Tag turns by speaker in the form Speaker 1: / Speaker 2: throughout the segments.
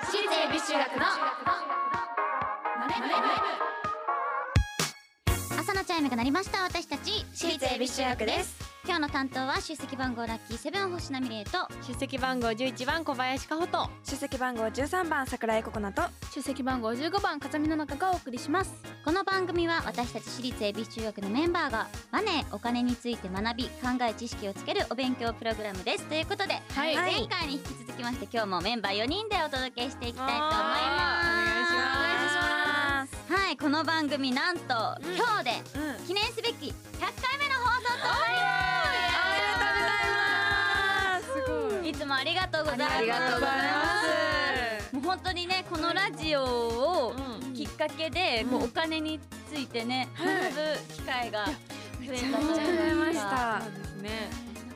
Speaker 1: 私立恵比寿中学のマネ
Speaker 2: 朝のチャイムが鳴りました私たち
Speaker 1: 私立恵比寿中学です
Speaker 2: 今日の担当は出席番号ラッキーセブン星名美玲と
Speaker 3: 出席番号十一番小林香穂と
Speaker 1: 出席番号13番桜井ココナと
Speaker 4: 出席番号15番風見の中がお送りします
Speaker 2: この番組は私たち私立恵比寿中学のメンバーがマネーお金について学び考え知識をつけるお勉強プログラムですということで、
Speaker 3: はい
Speaker 2: 前回に引き続きまして今日もメンバー4人でお届けしていきたいと思います
Speaker 3: あ
Speaker 2: すはいこの番組なんと、
Speaker 3: ん
Speaker 2: 今日で
Speaker 3: お願いします
Speaker 2: 記念すべき100回目の放送となります
Speaker 3: すごい
Speaker 2: いつもありがとうございます
Speaker 3: ありがとうございます
Speaker 2: もう本当にねこのラジオを
Speaker 3: うん
Speaker 2: きっかけで、こうお金についてね学ぶ機会が増えたというか
Speaker 3: めっちゃ増えまし
Speaker 2: な
Speaker 3: たそうですね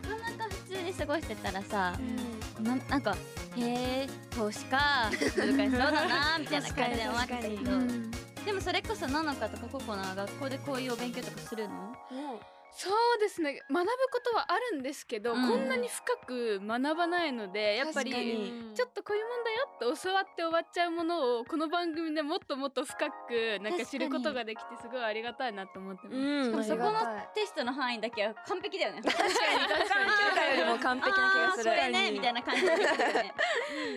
Speaker 2: かなか普通に過ごしてたらさ、ななんかへえ投資か難しそうだなみたいな感じで終わってたけど、でもそれこそなのかとかココナは学校でこういうお勉強とかするの
Speaker 4: そうですね学ぶことはあるんですけど、
Speaker 2: うん
Speaker 4: こんなに深く学ばないのでやっぱり
Speaker 1: 確かに
Speaker 4: ちょっとこういうもんだよって教わって終わっちゃうものをこの番組でもっともっと深くなん
Speaker 2: 確か
Speaker 4: か
Speaker 2: に
Speaker 4: 知ることができてすごいありがたいなと思ってます、
Speaker 3: うん
Speaker 2: でも そこの
Speaker 1: ありがたい
Speaker 2: テストの範囲だけは完璧 だよね。
Speaker 1: 確かに確かに 中華よりも完璧な気がする
Speaker 2: あーそれねみたいな感じですよね。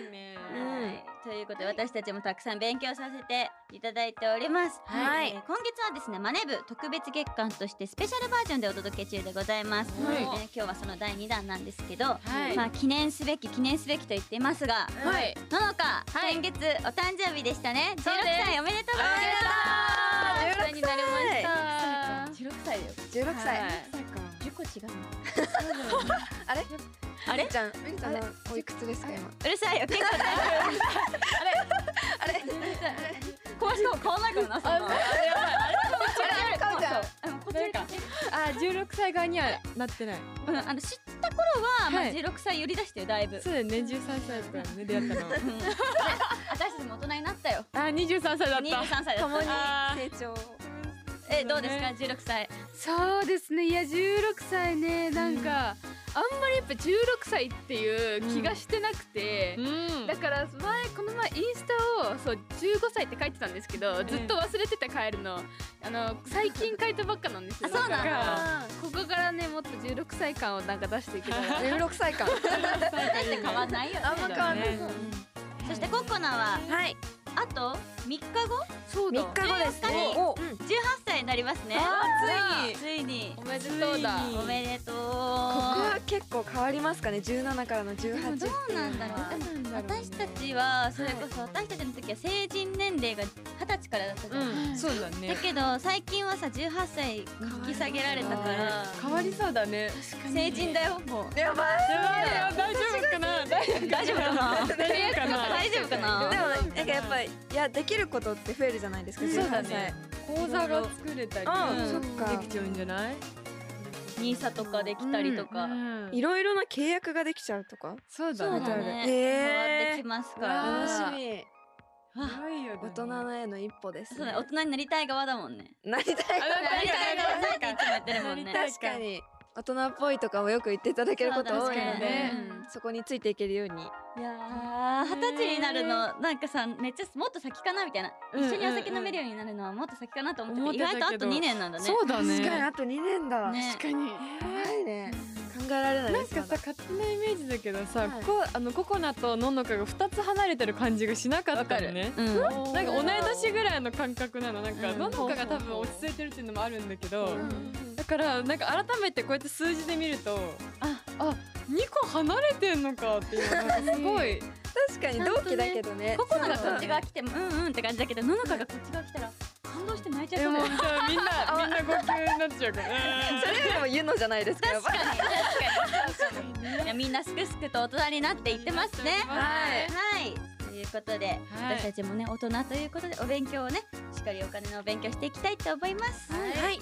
Speaker 3: いいね
Speaker 2: はいということで私たちもたくさん勉強させていただいております。
Speaker 1: はい
Speaker 2: えー今月はですねマネ部特別月間としてスペシャルバージョンでお届け中でございます。
Speaker 3: はい
Speaker 2: えー今日はその第2弾なんですけど、
Speaker 3: はい
Speaker 2: まあ記念すべき記念すべきと言っていますが、
Speaker 4: はい
Speaker 2: ののか、先月お誕生日でしたね。16
Speaker 4: そうです
Speaker 2: 歳おめでとうござい
Speaker 1: ありがとう
Speaker 4: になりました
Speaker 2: ます。16歳だよ。
Speaker 1: 16歳
Speaker 3: はい
Speaker 2: 10個違うの。
Speaker 1: あれ
Speaker 2: あれ
Speaker 1: みりちゃんみりちゃんのおいくつですか今
Speaker 2: うるさいよ。結構大丈夫。あれ、あれ、うるさい。詳しくも変わんないからな、そんな。あれ、あれ、
Speaker 1: かおちゃん
Speaker 2: あの、こっちか。
Speaker 3: あ十六歳側にはなってない
Speaker 2: うんあの、知った頃は、まあ、
Speaker 3: はい
Speaker 2: 16歳寄り出してよ、だいぶ。
Speaker 3: そうだよね十三歳とかね出会ったの
Speaker 2: うんで私たちも大人になったよ。
Speaker 3: あ二十三歳だっ
Speaker 2: 23
Speaker 3: た
Speaker 2: 歳だった。
Speaker 3: あー
Speaker 1: 成長
Speaker 2: え、どうですか、16歳。
Speaker 4: そうですねいや16歳ねなんか、あんまりやっぱ16歳っていう気がしてなく て、
Speaker 3: うん
Speaker 4: だから前この前インスタをそう15歳って書いてたんですけど、ずっと忘れてて帰るのあの最近書いたばっかなんです
Speaker 2: あ、
Speaker 4: よ
Speaker 2: そうなん
Speaker 4: だから
Speaker 2: だ。
Speaker 4: ここからねもっと16歳感をなんか出していけたら
Speaker 1: 16歳か
Speaker 2: だって変わんないよね。
Speaker 1: あんま変わんない
Speaker 2: うんそして、ココナは、
Speaker 1: はい
Speaker 2: あと3日後、
Speaker 4: そうだ
Speaker 1: 3日後です
Speaker 2: ね
Speaker 1: お
Speaker 2: 18歳になりますね。
Speaker 3: あー
Speaker 2: ついに
Speaker 4: お。めでとうだ
Speaker 3: ついに
Speaker 2: おめでとう。
Speaker 1: 僕は結構変わりますかね17からの
Speaker 2: でも
Speaker 1: 18
Speaker 2: どうなんだろう私たちはそれこそ私たちの時は成人年齢が二十歳からだったじゃん、
Speaker 3: うんそうだね
Speaker 2: だけど最近はさ18歳に引き下げられたから
Speaker 3: 変わりそうだね
Speaker 2: 成人だよもう
Speaker 1: やばい
Speaker 3: やばいよ大丈夫かな大丈夫
Speaker 2: 大丈夫かな
Speaker 3: 大丈夫かな
Speaker 2: 大丈夫か
Speaker 1: で
Speaker 2: な
Speaker 1: もなんかやっぱいやできることって増えるじゃないですか
Speaker 3: うんそうだ
Speaker 1: 18
Speaker 3: ね
Speaker 1: 歳
Speaker 3: 講座が作れたり
Speaker 1: うん
Speaker 3: うん
Speaker 1: そっか
Speaker 3: できちゃうんじゃない
Speaker 2: ニーサとかできたりとか、
Speaker 1: いろいろな契約ができちゃうとか
Speaker 3: そう
Speaker 2: そう
Speaker 3: だ
Speaker 2: だ
Speaker 3: ね
Speaker 2: ね、変わって
Speaker 1: へ
Speaker 2: きますか
Speaker 3: うわ
Speaker 2: ら
Speaker 1: 楽
Speaker 3: ー
Speaker 1: しみ
Speaker 3: すごいよね
Speaker 1: 大人への一歩です
Speaker 2: そうだ
Speaker 1: ね
Speaker 2: ね大人になりたい側だもんね
Speaker 1: なりたい
Speaker 3: あなんか
Speaker 2: なりたい側だっていつもやってるもん
Speaker 3: なり
Speaker 2: ね
Speaker 3: たい
Speaker 1: 確かに大人っぽいとかもよく言っていただけること多いの
Speaker 2: そうだ
Speaker 1: で
Speaker 2: ね
Speaker 4: うん
Speaker 1: そこについていけるように
Speaker 2: いやー二十歳になるのなんかさめっちゃもっと先かなみたいな、
Speaker 3: うん
Speaker 2: 一緒にお酒飲めるようになるのはもっと先かなと思って
Speaker 3: 思
Speaker 2: た
Speaker 3: っ
Speaker 2: け
Speaker 3: て
Speaker 2: ど
Speaker 3: た
Speaker 2: 意
Speaker 3: けど
Speaker 2: 外とあと2年なんだね
Speaker 3: そうだね
Speaker 1: 確かにあと2年だ
Speaker 2: ね
Speaker 4: 確かに
Speaker 1: 早いね考えられない
Speaker 3: な
Speaker 1: で
Speaker 3: ん
Speaker 1: す
Speaker 3: かさ勝手なイメージだけどさ、
Speaker 1: はい
Speaker 3: こあのココナとののかが二つ離れてる感じがしなかったのね
Speaker 2: うん
Speaker 3: なんか同い年ぐらいの感覚なのなんか、
Speaker 2: うん
Speaker 3: ののかが多分落ち着いてるっていうのもあるんだけど、
Speaker 1: まだ
Speaker 3: だからなんか改めてこうやって数字で見るとああ二個離れてんのかっていうなん かすごい
Speaker 1: 確かに同期だけどね
Speaker 2: ココナがこっち側来てもうんうんって感じだけどののかがこっち側来たら感動して泣いちゃい
Speaker 3: え
Speaker 2: そう
Speaker 3: も
Speaker 2: だ
Speaker 3: う
Speaker 2: よ
Speaker 3: じゃあみんなみんな号泣になっち ゃうから
Speaker 1: それよりもゆのじゃないですかや
Speaker 2: 確
Speaker 1: ばい
Speaker 2: かに確かにいやみんなすくすくと大人になっていってますね
Speaker 3: はい
Speaker 2: はいということで、私たちもね大人ということでお勉強をねしっかりお金のお勉強していきたいと思います
Speaker 1: はい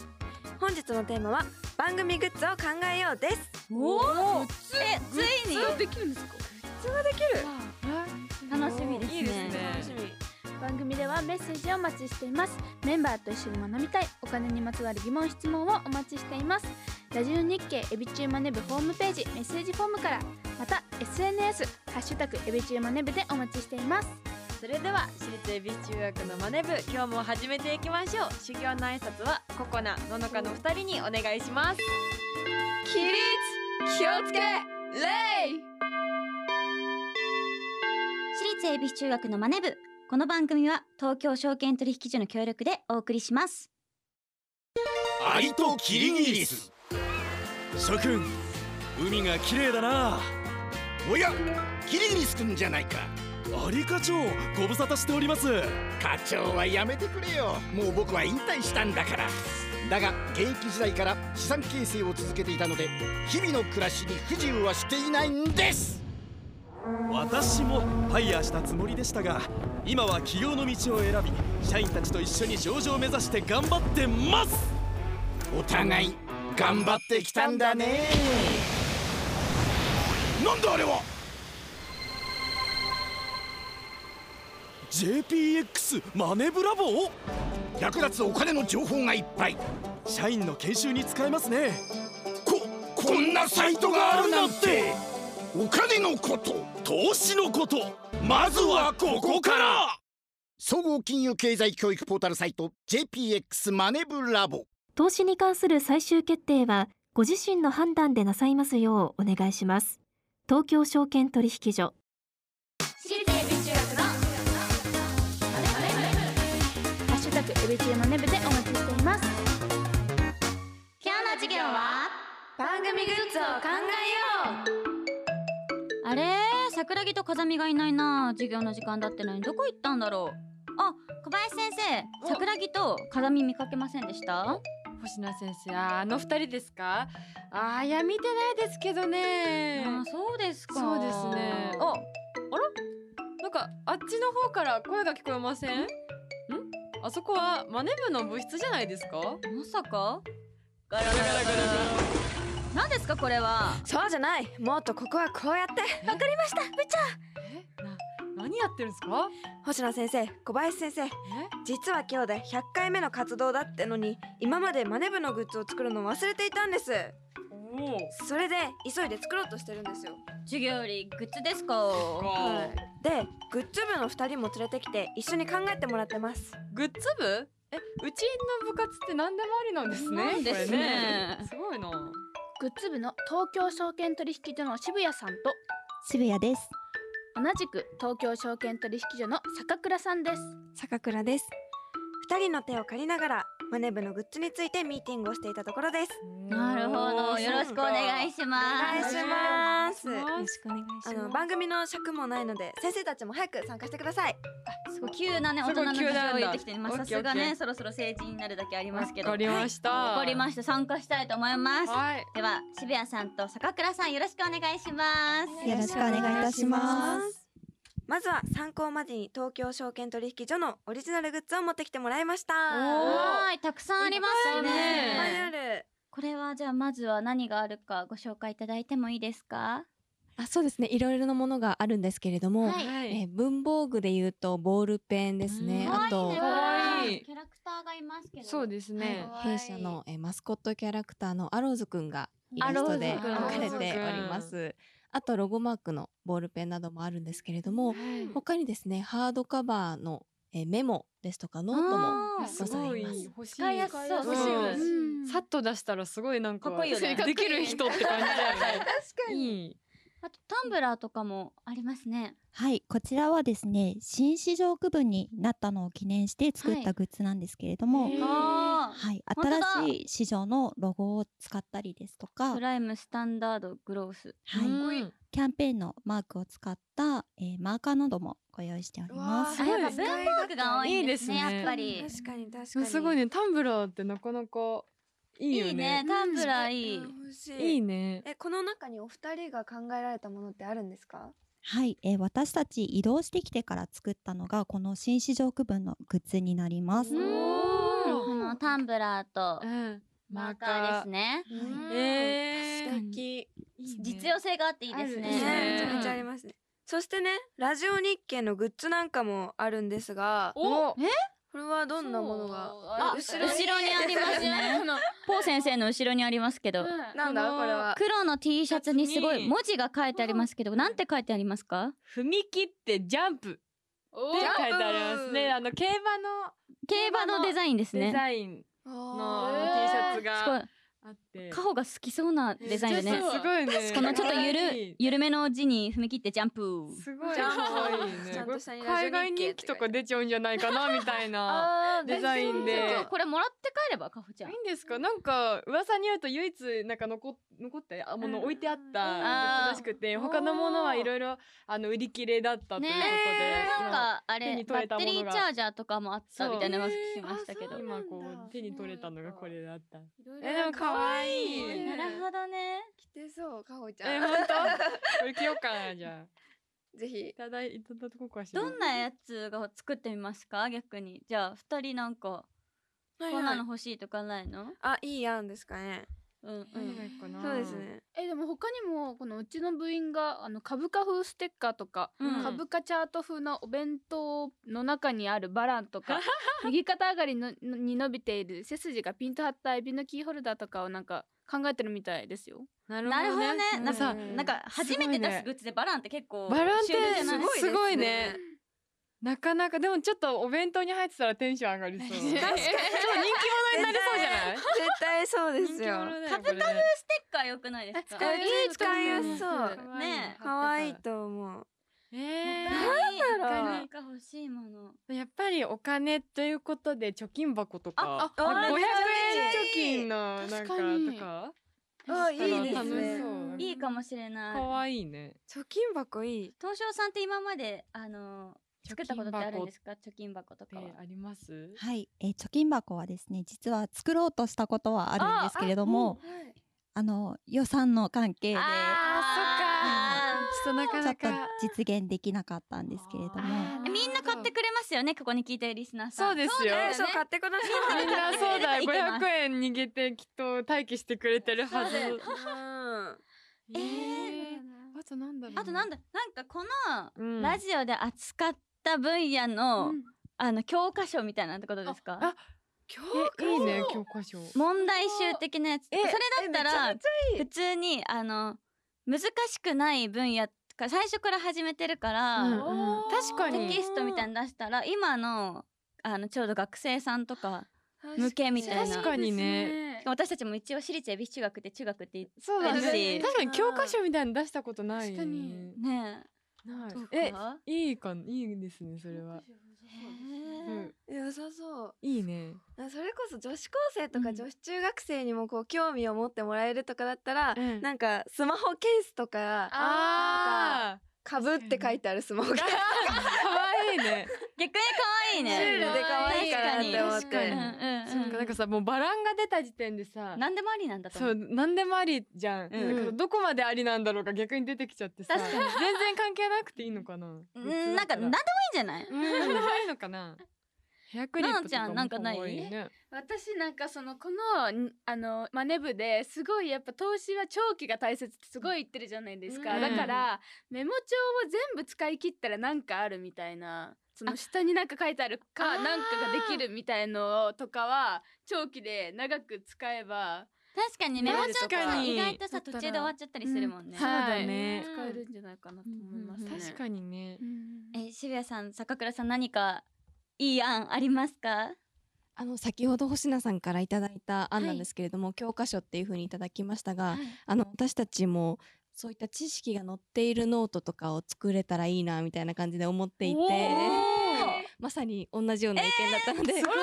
Speaker 1: 本日のテーマは番組グッズを考えようです
Speaker 2: おおえつい
Speaker 4: それ
Speaker 2: に
Speaker 4: できるんですか
Speaker 2: 楽しみですね
Speaker 3: いいですね
Speaker 1: 楽しみ
Speaker 4: 番組ではメッセージをお待ちしていますメンバーと一緒に学びたいお金にまつわる疑問質問をお待ちしていますラジオ日経エビチューマネ部ホームページメッセージフォームからまた SNS「ハッシュタグエビ中マネ部」でお待ちしています
Speaker 3: それでは私立恵比寿中学のマネ部今日も始めていきましょう修行の挨拶はココナののかの二人にお願いします
Speaker 5: 起立気をつけ礼
Speaker 2: 私立恵比寿中学のマネ部この番組は東京証券取引所の協力でお送りします
Speaker 6: アリとキリギリス諸君海が綺麗だなおやキリギリス君じゃないかアリ課長ご無沙汰しております課長はやめてくれよもう僕は引退したんだからだが現役時代から資産形成を続けていたので日々の暮らしに不自由はしていないんです私もファイヤーしたつもりでしたが今は起業の道を選び社員たちと一緒に上場を目指して頑張ってますお互い頑張ってきたんだねなんだあれは JPX マネブラボー役立つお金の情報がいっぱい社員の研修に使えますねここんなサイトがあるなんてお金のこと投資のことまずはここから総合金融経済教育ポータルサイト JPX マネブラボ
Speaker 7: 投資に関する最終決定はご自身の判断でなさいますようお願いします東京証券取引所
Speaker 8: 私立恵比寿中学のマネ部
Speaker 4: 「ハッシュタグエビ中マネ部」でお待ちしています
Speaker 2: 今日の授業は
Speaker 8: 番組グッズを考えよう
Speaker 2: あれ桜木と風見がいないな授業の時間だってのにどこ行ったんだろうあ小林先生桜木と風見見かけませんでした
Speaker 3: 星名先生あーあの二人ですかあーいや見てないですけどね
Speaker 2: あそうですか
Speaker 3: そうですねああらなんかあっちの方から声が聞こえませんんあそこはマネ部の部室じゃないですか
Speaker 2: まさかガラガラガラ何ですかこれは
Speaker 1: そうじゃないもっとここはこうやって
Speaker 3: えな何やってるんですか
Speaker 1: 星野先生小林先生
Speaker 3: え
Speaker 1: 実は今日で100回目の活動だってのに今までマネ部のグッズを作るのを忘れていたんです
Speaker 3: おお
Speaker 1: それで急いで作ろうとしてるんですよ
Speaker 2: 授業よりグッズですか
Speaker 1: はいでグッズ部の2人も連れてきて一緒に考えてもらってます
Speaker 3: グッズ部えうちの部活って何でもありなんですね
Speaker 2: なんですね
Speaker 3: これねすごいな
Speaker 4: グッズ部の東京証券取引所の渋谷さんと
Speaker 9: 渋谷です
Speaker 4: 同じく東京証券取引所の坂倉さんです
Speaker 9: 坂倉です
Speaker 1: 2人の手を借りながらマネ部のグッズについてミーティングをしていたところです
Speaker 2: なるほどよろしくお願いしま
Speaker 1: お願い
Speaker 2: す
Speaker 1: します
Speaker 9: よろしくお願いします
Speaker 1: あの番組の尺もないので先生たちも早く参加してください
Speaker 2: すごい急なね大人の
Speaker 3: すごい急な
Speaker 2: 事
Speaker 3: ん
Speaker 2: 情
Speaker 3: だ
Speaker 2: を言ってきてまあ
Speaker 3: オッケ
Speaker 2: さ
Speaker 3: ー
Speaker 2: すが
Speaker 3: オッケ
Speaker 2: ね
Speaker 3: ー
Speaker 2: そろそろ成人になるだけありますけど
Speaker 3: わかりました
Speaker 2: わかりました参加したいと思います
Speaker 3: はい
Speaker 2: では渋谷さんと坂倉さんよろしくお願いします
Speaker 9: よろしくお願いいたします
Speaker 1: まずは参考までに東京証券取引所のオリジナルグッズを持ってきてもらいました
Speaker 2: はーいたくさんあります
Speaker 1: いっぱいあ
Speaker 2: ね
Speaker 1: る
Speaker 2: これはじゃあまずは何があるかご紹介いただいてもいいですか
Speaker 9: あそうですねいろいろなものがあるんですけれども、
Speaker 2: はい
Speaker 9: えー文房具で言うとボールペンですね、
Speaker 3: うん
Speaker 9: あと、
Speaker 2: 可
Speaker 3: 可
Speaker 2: 愛
Speaker 3: 愛
Speaker 2: い
Speaker 3: い
Speaker 2: キャラクターがいますけど
Speaker 3: そうですね
Speaker 2: 可愛い
Speaker 9: 弊社の、えーマスコットキャラクターのアローズくんがイラストで
Speaker 2: アローズくん
Speaker 9: 描かれておりますあとロゴマークのボールペンなどもあるんですけれども他にですねハードカバーの、えーメモですとかノートも
Speaker 2: あー
Speaker 9: ございます
Speaker 3: 欲しい
Speaker 2: 使いやすそう
Speaker 3: 欲しい
Speaker 2: うん
Speaker 3: 欲しいさっと出したらすごいなんか
Speaker 2: かっこいい よね
Speaker 3: できる人って感じだよね確かに
Speaker 2: あとタンブラーとかもありますね
Speaker 10: はい、こちらはですね、新市場区分になったのを記念して作
Speaker 2: は
Speaker 10: っ
Speaker 2: い
Speaker 10: たグッズなんですけれども、はい、
Speaker 2: あー本当だ
Speaker 10: 新しい市場のロゴを使ったりですとか
Speaker 2: プ、ライムスタンダードグロース
Speaker 10: はい、
Speaker 3: うん
Speaker 10: キャンペーンのマークを使った、えーマーカーなどもご用意しております。
Speaker 2: あやっぱ文房具が多いんですね
Speaker 3: いいですね
Speaker 2: やっぱり
Speaker 1: 確かに確
Speaker 3: で
Speaker 1: か
Speaker 3: も
Speaker 1: に
Speaker 3: すごいねタンブラーってなかなかいいよね
Speaker 2: いいねタンブラーいい
Speaker 1: うん欲し
Speaker 3: い
Speaker 1: い
Speaker 3: いね
Speaker 1: えこの中にお二人が考えられたものってあるんですか
Speaker 10: はい、えー私たち移動してきてから作ったのがこの新市場区分のグッズになります。
Speaker 2: う
Speaker 10: は
Speaker 2: んこのタンブラーと
Speaker 3: うん
Speaker 2: マーカーです
Speaker 3: ね
Speaker 2: ね
Speaker 10: い
Speaker 3: えー
Speaker 2: 確かに
Speaker 3: いいね
Speaker 2: 実用性があっていいです
Speaker 1: ね
Speaker 3: あるね
Speaker 2: ね
Speaker 1: めちゃめちゃありますねそしてねラジオ日経のグッズなんかもあるんですが
Speaker 3: お
Speaker 2: え
Speaker 1: これはどんなものが
Speaker 2: あ後ろにありますねポー先生の後ろにありますけど、
Speaker 1: なんだこれは
Speaker 2: 黒の T シャツにすごい文字が書いてありますけど、なんて書いてありますか
Speaker 3: 踏み切ってジャンプって書いてありますねあの競馬の
Speaker 2: 競馬のデザインですね
Speaker 3: デザインの T シャツ
Speaker 2: すごい
Speaker 3: があって
Speaker 2: カホが好きそうなデザインでね
Speaker 3: めっちゃそうすごいね
Speaker 2: このちょっとゆ
Speaker 3: 可愛
Speaker 2: るゆるめの字に踏み切ってジャンプ
Speaker 3: すごい
Speaker 2: ジャンプ
Speaker 3: 可愛いね
Speaker 2: ちゃんとした
Speaker 3: 海外人気とか出ちゃうんじゃないかなみたいなデザインで
Speaker 2: これもらって帰ればカホちゃん
Speaker 3: いいんですかなんか噂によると唯一なんか残っ残ってあもの置いてあったグッズらしくて他のものはいろいろあの売り切れだったということで、
Speaker 2: ねえなんかあれバッテリーチャージ
Speaker 3: ャー
Speaker 2: ャーとかもあったみたいなのが聞きましたけど、
Speaker 3: 今こう手に取れたのがこれだった
Speaker 1: ろいろ
Speaker 3: えでも可愛い
Speaker 1: なる
Speaker 2: ほどね
Speaker 1: 着てそうかほちゃん
Speaker 3: え本当これ着ようかなじゃ
Speaker 1: あぜひい
Speaker 3: ただいただこうかしら
Speaker 2: どんなやつが作ってみますか逆にじゃあ二人なんか
Speaker 1: はい
Speaker 2: こんなの欲しいとかないの
Speaker 1: あいいやんですかね
Speaker 2: うんうん
Speaker 1: そうですね
Speaker 4: えでも他にもこのうちの部員があの株価風ステッカーとか、
Speaker 1: うん
Speaker 4: 株価チャート風のお弁当の中にあるバランとか右肩上がりののに伸びている背筋がピンと張ったエビのキーホルダーとかをなんか考えてるみたいですよ。
Speaker 3: な
Speaker 2: なるほどね
Speaker 4: うん
Speaker 2: なんか、
Speaker 4: うん
Speaker 2: なんか初めて出すグッズでバランって結構
Speaker 3: バランっ
Speaker 2: シュールじ
Speaker 3: て
Speaker 2: ゃな
Speaker 3: すごいすごいねなかなかでもちょっとお弁当に入ってたらテンション上がりそう確かにちょっと人気者になりそうじゃない
Speaker 1: 絶対そうですよ
Speaker 2: カブカブステッカー良くないですか
Speaker 1: 使える使いやすそう
Speaker 2: ねえ
Speaker 1: 可愛いと思う
Speaker 3: えー
Speaker 2: なんだろ
Speaker 3: 他
Speaker 2: う
Speaker 3: に
Speaker 2: なんか欲しいもの
Speaker 3: やっぱりお金ということで貯金箱とか
Speaker 2: ああ
Speaker 3: 500円
Speaker 2: めっちゃ
Speaker 3: 貯金のなんかとか
Speaker 2: あ
Speaker 3: いいですね
Speaker 2: いいかもしれない
Speaker 3: 可愛いね
Speaker 1: 貯金箱いい
Speaker 2: 東証さんって今まであの作ったことってあるんですか貯金箱とかは
Speaker 3: あります
Speaker 10: はい、えー貯金箱はですね実は作ろうとしたことはあるんですけれどもあ,、の予算の関係で
Speaker 3: あそっかちょっとな
Speaker 10: かなか実現できなかったんですけれども
Speaker 2: みんな買ってくれますよねここに聞いてるリスナーさん
Speaker 3: そうですよ
Speaker 2: だね
Speaker 3: そう買
Speaker 1: ってくださ
Speaker 3: みんなそうだ
Speaker 2: いけます
Speaker 3: 500円逃げてきっと待機してくれてるはず
Speaker 2: そうだよ
Speaker 3: えーあとなんだろう
Speaker 2: あとなんだなんかこ
Speaker 3: うん
Speaker 2: のラジオで扱った分野の、あの教科書みたいなってことですか
Speaker 3: 教科書いいね教科書
Speaker 2: 問題集的なやつそれだった
Speaker 3: え
Speaker 2: ら
Speaker 3: め
Speaker 2: 普通にあの難しくない分野か最初から始めてるから、
Speaker 3: 確かに
Speaker 2: テキストみたいに出したら今のあのちょうど学生さんとか向けみたいな
Speaker 3: 確かにね
Speaker 2: しかも私たちも一応私立恵比寿中学で中学って言ってるし
Speaker 3: そうだね確かに教科書みたいに出したことない確かに
Speaker 2: ね
Speaker 3: ない
Speaker 2: どうか
Speaker 3: えいいかいいですねそれはうん
Speaker 1: 良さそう
Speaker 3: いいね
Speaker 1: あそれこそ女子高生とか女子中学生にもこう興味を持ってもらえるとかだったら、なんかスマホケースとか
Speaker 3: あ
Speaker 1: かぶって書いてあるスマホケースとか
Speaker 3: 可愛いね
Speaker 2: 逆に可愛いね
Speaker 1: シュールで可愛いかなって思っ
Speaker 3: 確か
Speaker 1: て
Speaker 3: にそうかなんかさもうバランが出た時点でさ
Speaker 2: 何でもありなんだと
Speaker 3: そ
Speaker 2: 思
Speaker 3: う
Speaker 2: う
Speaker 3: 何でもありじゃん、
Speaker 2: うん
Speaker 3: だからどこまでありなんだろうが逆に出てきちゃってさ
Speaker 2: 確かに
Speaker 3: 全然関係なくていいのかな
Speaker 2: うんなんか何でもいいんじゃない
Speaker 3: 何でもいいのかなヘアクリップとかも可愛い、ね、
Speaker 2: なのちゃんなんかない
Speaker 4: 私なんかそのこのんあのマネ部ですごいやっぱ投資は長期が大切ってすごい言ってるじゃないですか、
Speaker 2: うん
Speaker 4: だからメモ帳を全部使い切ったらなんかあるみたいなその下になんか書いてあるかなんかができるみたいのとかは長期で長く使えば
Speaker 2: 確かにメモ帳って
Speaker 4: 確
Speaker 2: さ
Speaker 4: かに
Speaker 2: 意外とさ途中で終わっちゃったりするもんね、
Speaker 4: うんそうだ
Speaker 3: ね
Speaker 4: 使えるんじゃないかなと思いますね、
Speaker 3: 確かにね、
Speaker 2: え渋谷さん坂倉さん何かいい案ありますか
Speaker 9: あの先ほど星名さんからいただいた案なんですけれども、教科書っていうふうにいただきましたが、あの私たちもそういった知識が載っているノートとかを作れたらいいなみたいな感じで思っていて、まさに同じような意見だったので、
Speaker 1: えーすごい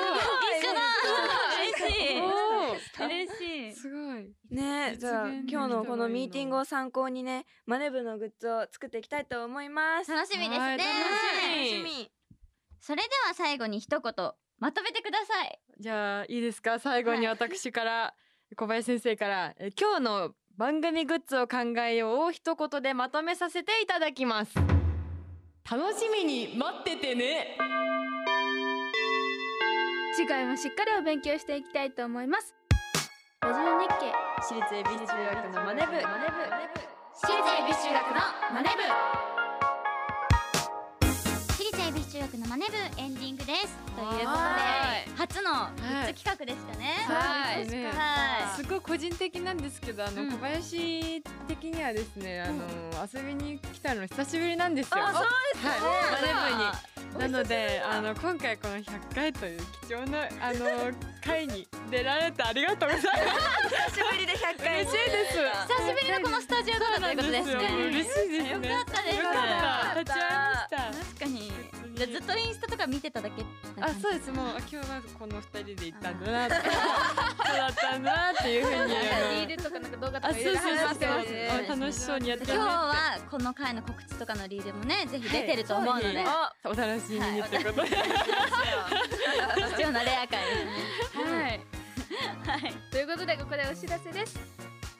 Speaker 1: 一緒だ
Speaker 2: 嬉しい嬉しい
Speaker 3: すごい
Speaker 1: ねえじゃあ
Speaker 2: 実現できたらい
Speaker 1: 今
Speaker 2: いな
Speaker 1: 日のこのミーティングを参考にねマネブのグッズを作っていきたいと思います
Speaker 2: 楽しみですね
Speaker 1: はい楽しみ
Speaker 2: 楽しみそれでは最後に一言まとめてください
Speaker 3: じゃあいいですか最後に私から小林先生からえ今日の番組グッズを考えようを一言でまとめさせていただきます楽しみに待っててね
Speaker 4: 次回もしっかりお勉強していきたいと思いますラジオ日経
Speaker 3: 私立恵比寿中学のマネ部マネ部
Speaker 8: 私立恵比寿中学のマネ部
Speaker 2: 私立恵比寿中学ののマネ部エンディングですということで
Speaker 5: はい
Speaker 2: 初のグッズ企画でしたね
Speaker 3: はいそうですね
Speaker 2: はい
Speaker 3: すごい個人的なんですけどあの小林的にはですね、あの遊びに来たの久しぶりなんですよ。
Speaker 8: あそうですね
Speaker 3: はい、マネブに。なのであの今回この100回という貴重なあの会に出られてありがとうございます。
Speaker 8: 久しぶりで100回
Speaker 3: 嬉しいです。
Speaker 2: 久しぶりのこのスタジオからということです
Speaker 3: そう
Speaker 2: ね
Speaker 3: なんですよ嬉しいですね。
Speaker 2: よかったです
Speaker 3: よかった。立ち会いました。
Speaker 2: 確かにじゃあずっとインスタとか見てただけ
Speaker 3: あそうですもうあ今日はこの二人で行ったんだなってそうだったんだなっていうふうにあの
Speaker 5: リールとかなんか動画と
Speaker 3: あ
Speaker 5: か
Speaker 3: そう
Speaker 5: い
Speaker 3: そ
Speaker 5: ろ
Speaker 3: うそう
Speaker 5: いろ話してますね
Speaker 3: そうあ楽しそうにやって
Speaker 2: 今
Speaker 3: るね
Speaker 2: 日はこの回の告知とかのリールもねぜひ出てると思うので、
Speaker 3: はいそうですお楽しみにってことで
Speaker 2: 貴重なレア回ですね
Speaker 5: はい。はい、ということでここでお知らせです。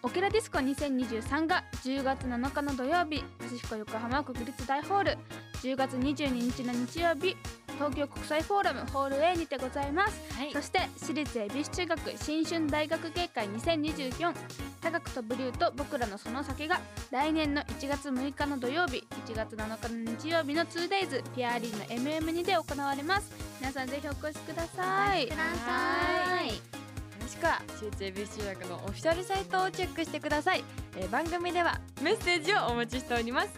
Speaker 5: オケラディスコ2023が10月7日の土曜日、藤彦横浜国立大ホール、10月22日の日曜日、東京国際フォーラムホール A にてございます。
Speaker 2: はい
Speaker 5: そして私立恵比寿中学新春大学芸会2024高く飛ぶ竜と僕らのその先が来年の1月6日の土曜日1月7日の日曜日の 2days ピアリーの MM2 で行われます皆さんぜひお越しください
Speaker 2: ください
Speaker 3: もしくは集中 BC 学のオフィシャルサイトをチェックしてください、えー番組ではメッセージをお待ちしております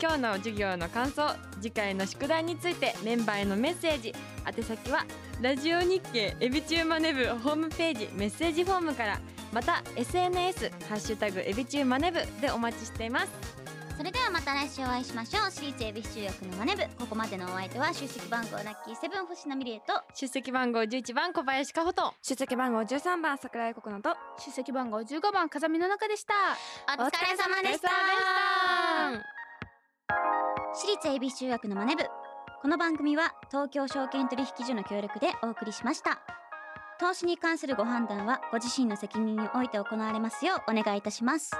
Speaker 3: 今日の授業の感想次回の宿題についてメンバーへのメッセージ宛先はラジオ日経エビチューマネブホームページメッセージフォームからまた SNS ハッシュタグエビチューマネブでお待ちしています
Speaker 2: それではまた来週お会いしましょう私立恵比寿中学のマネ部ここまでのお相手は出席番号ラッキーセブン星名美玲と
Speaker 3: 出席番号11番小林加穂と
Speaker 1: 出席番号13番桜井心と
Speaker 5: 出席番号15番風見の中でした
Speaker 2: お疲れ様でした私立恵比寿中学のマネ部この番組は東京証券取引所の協力でお送りしました投資に関するご判断はご自身の責任において行われますようお願いいたします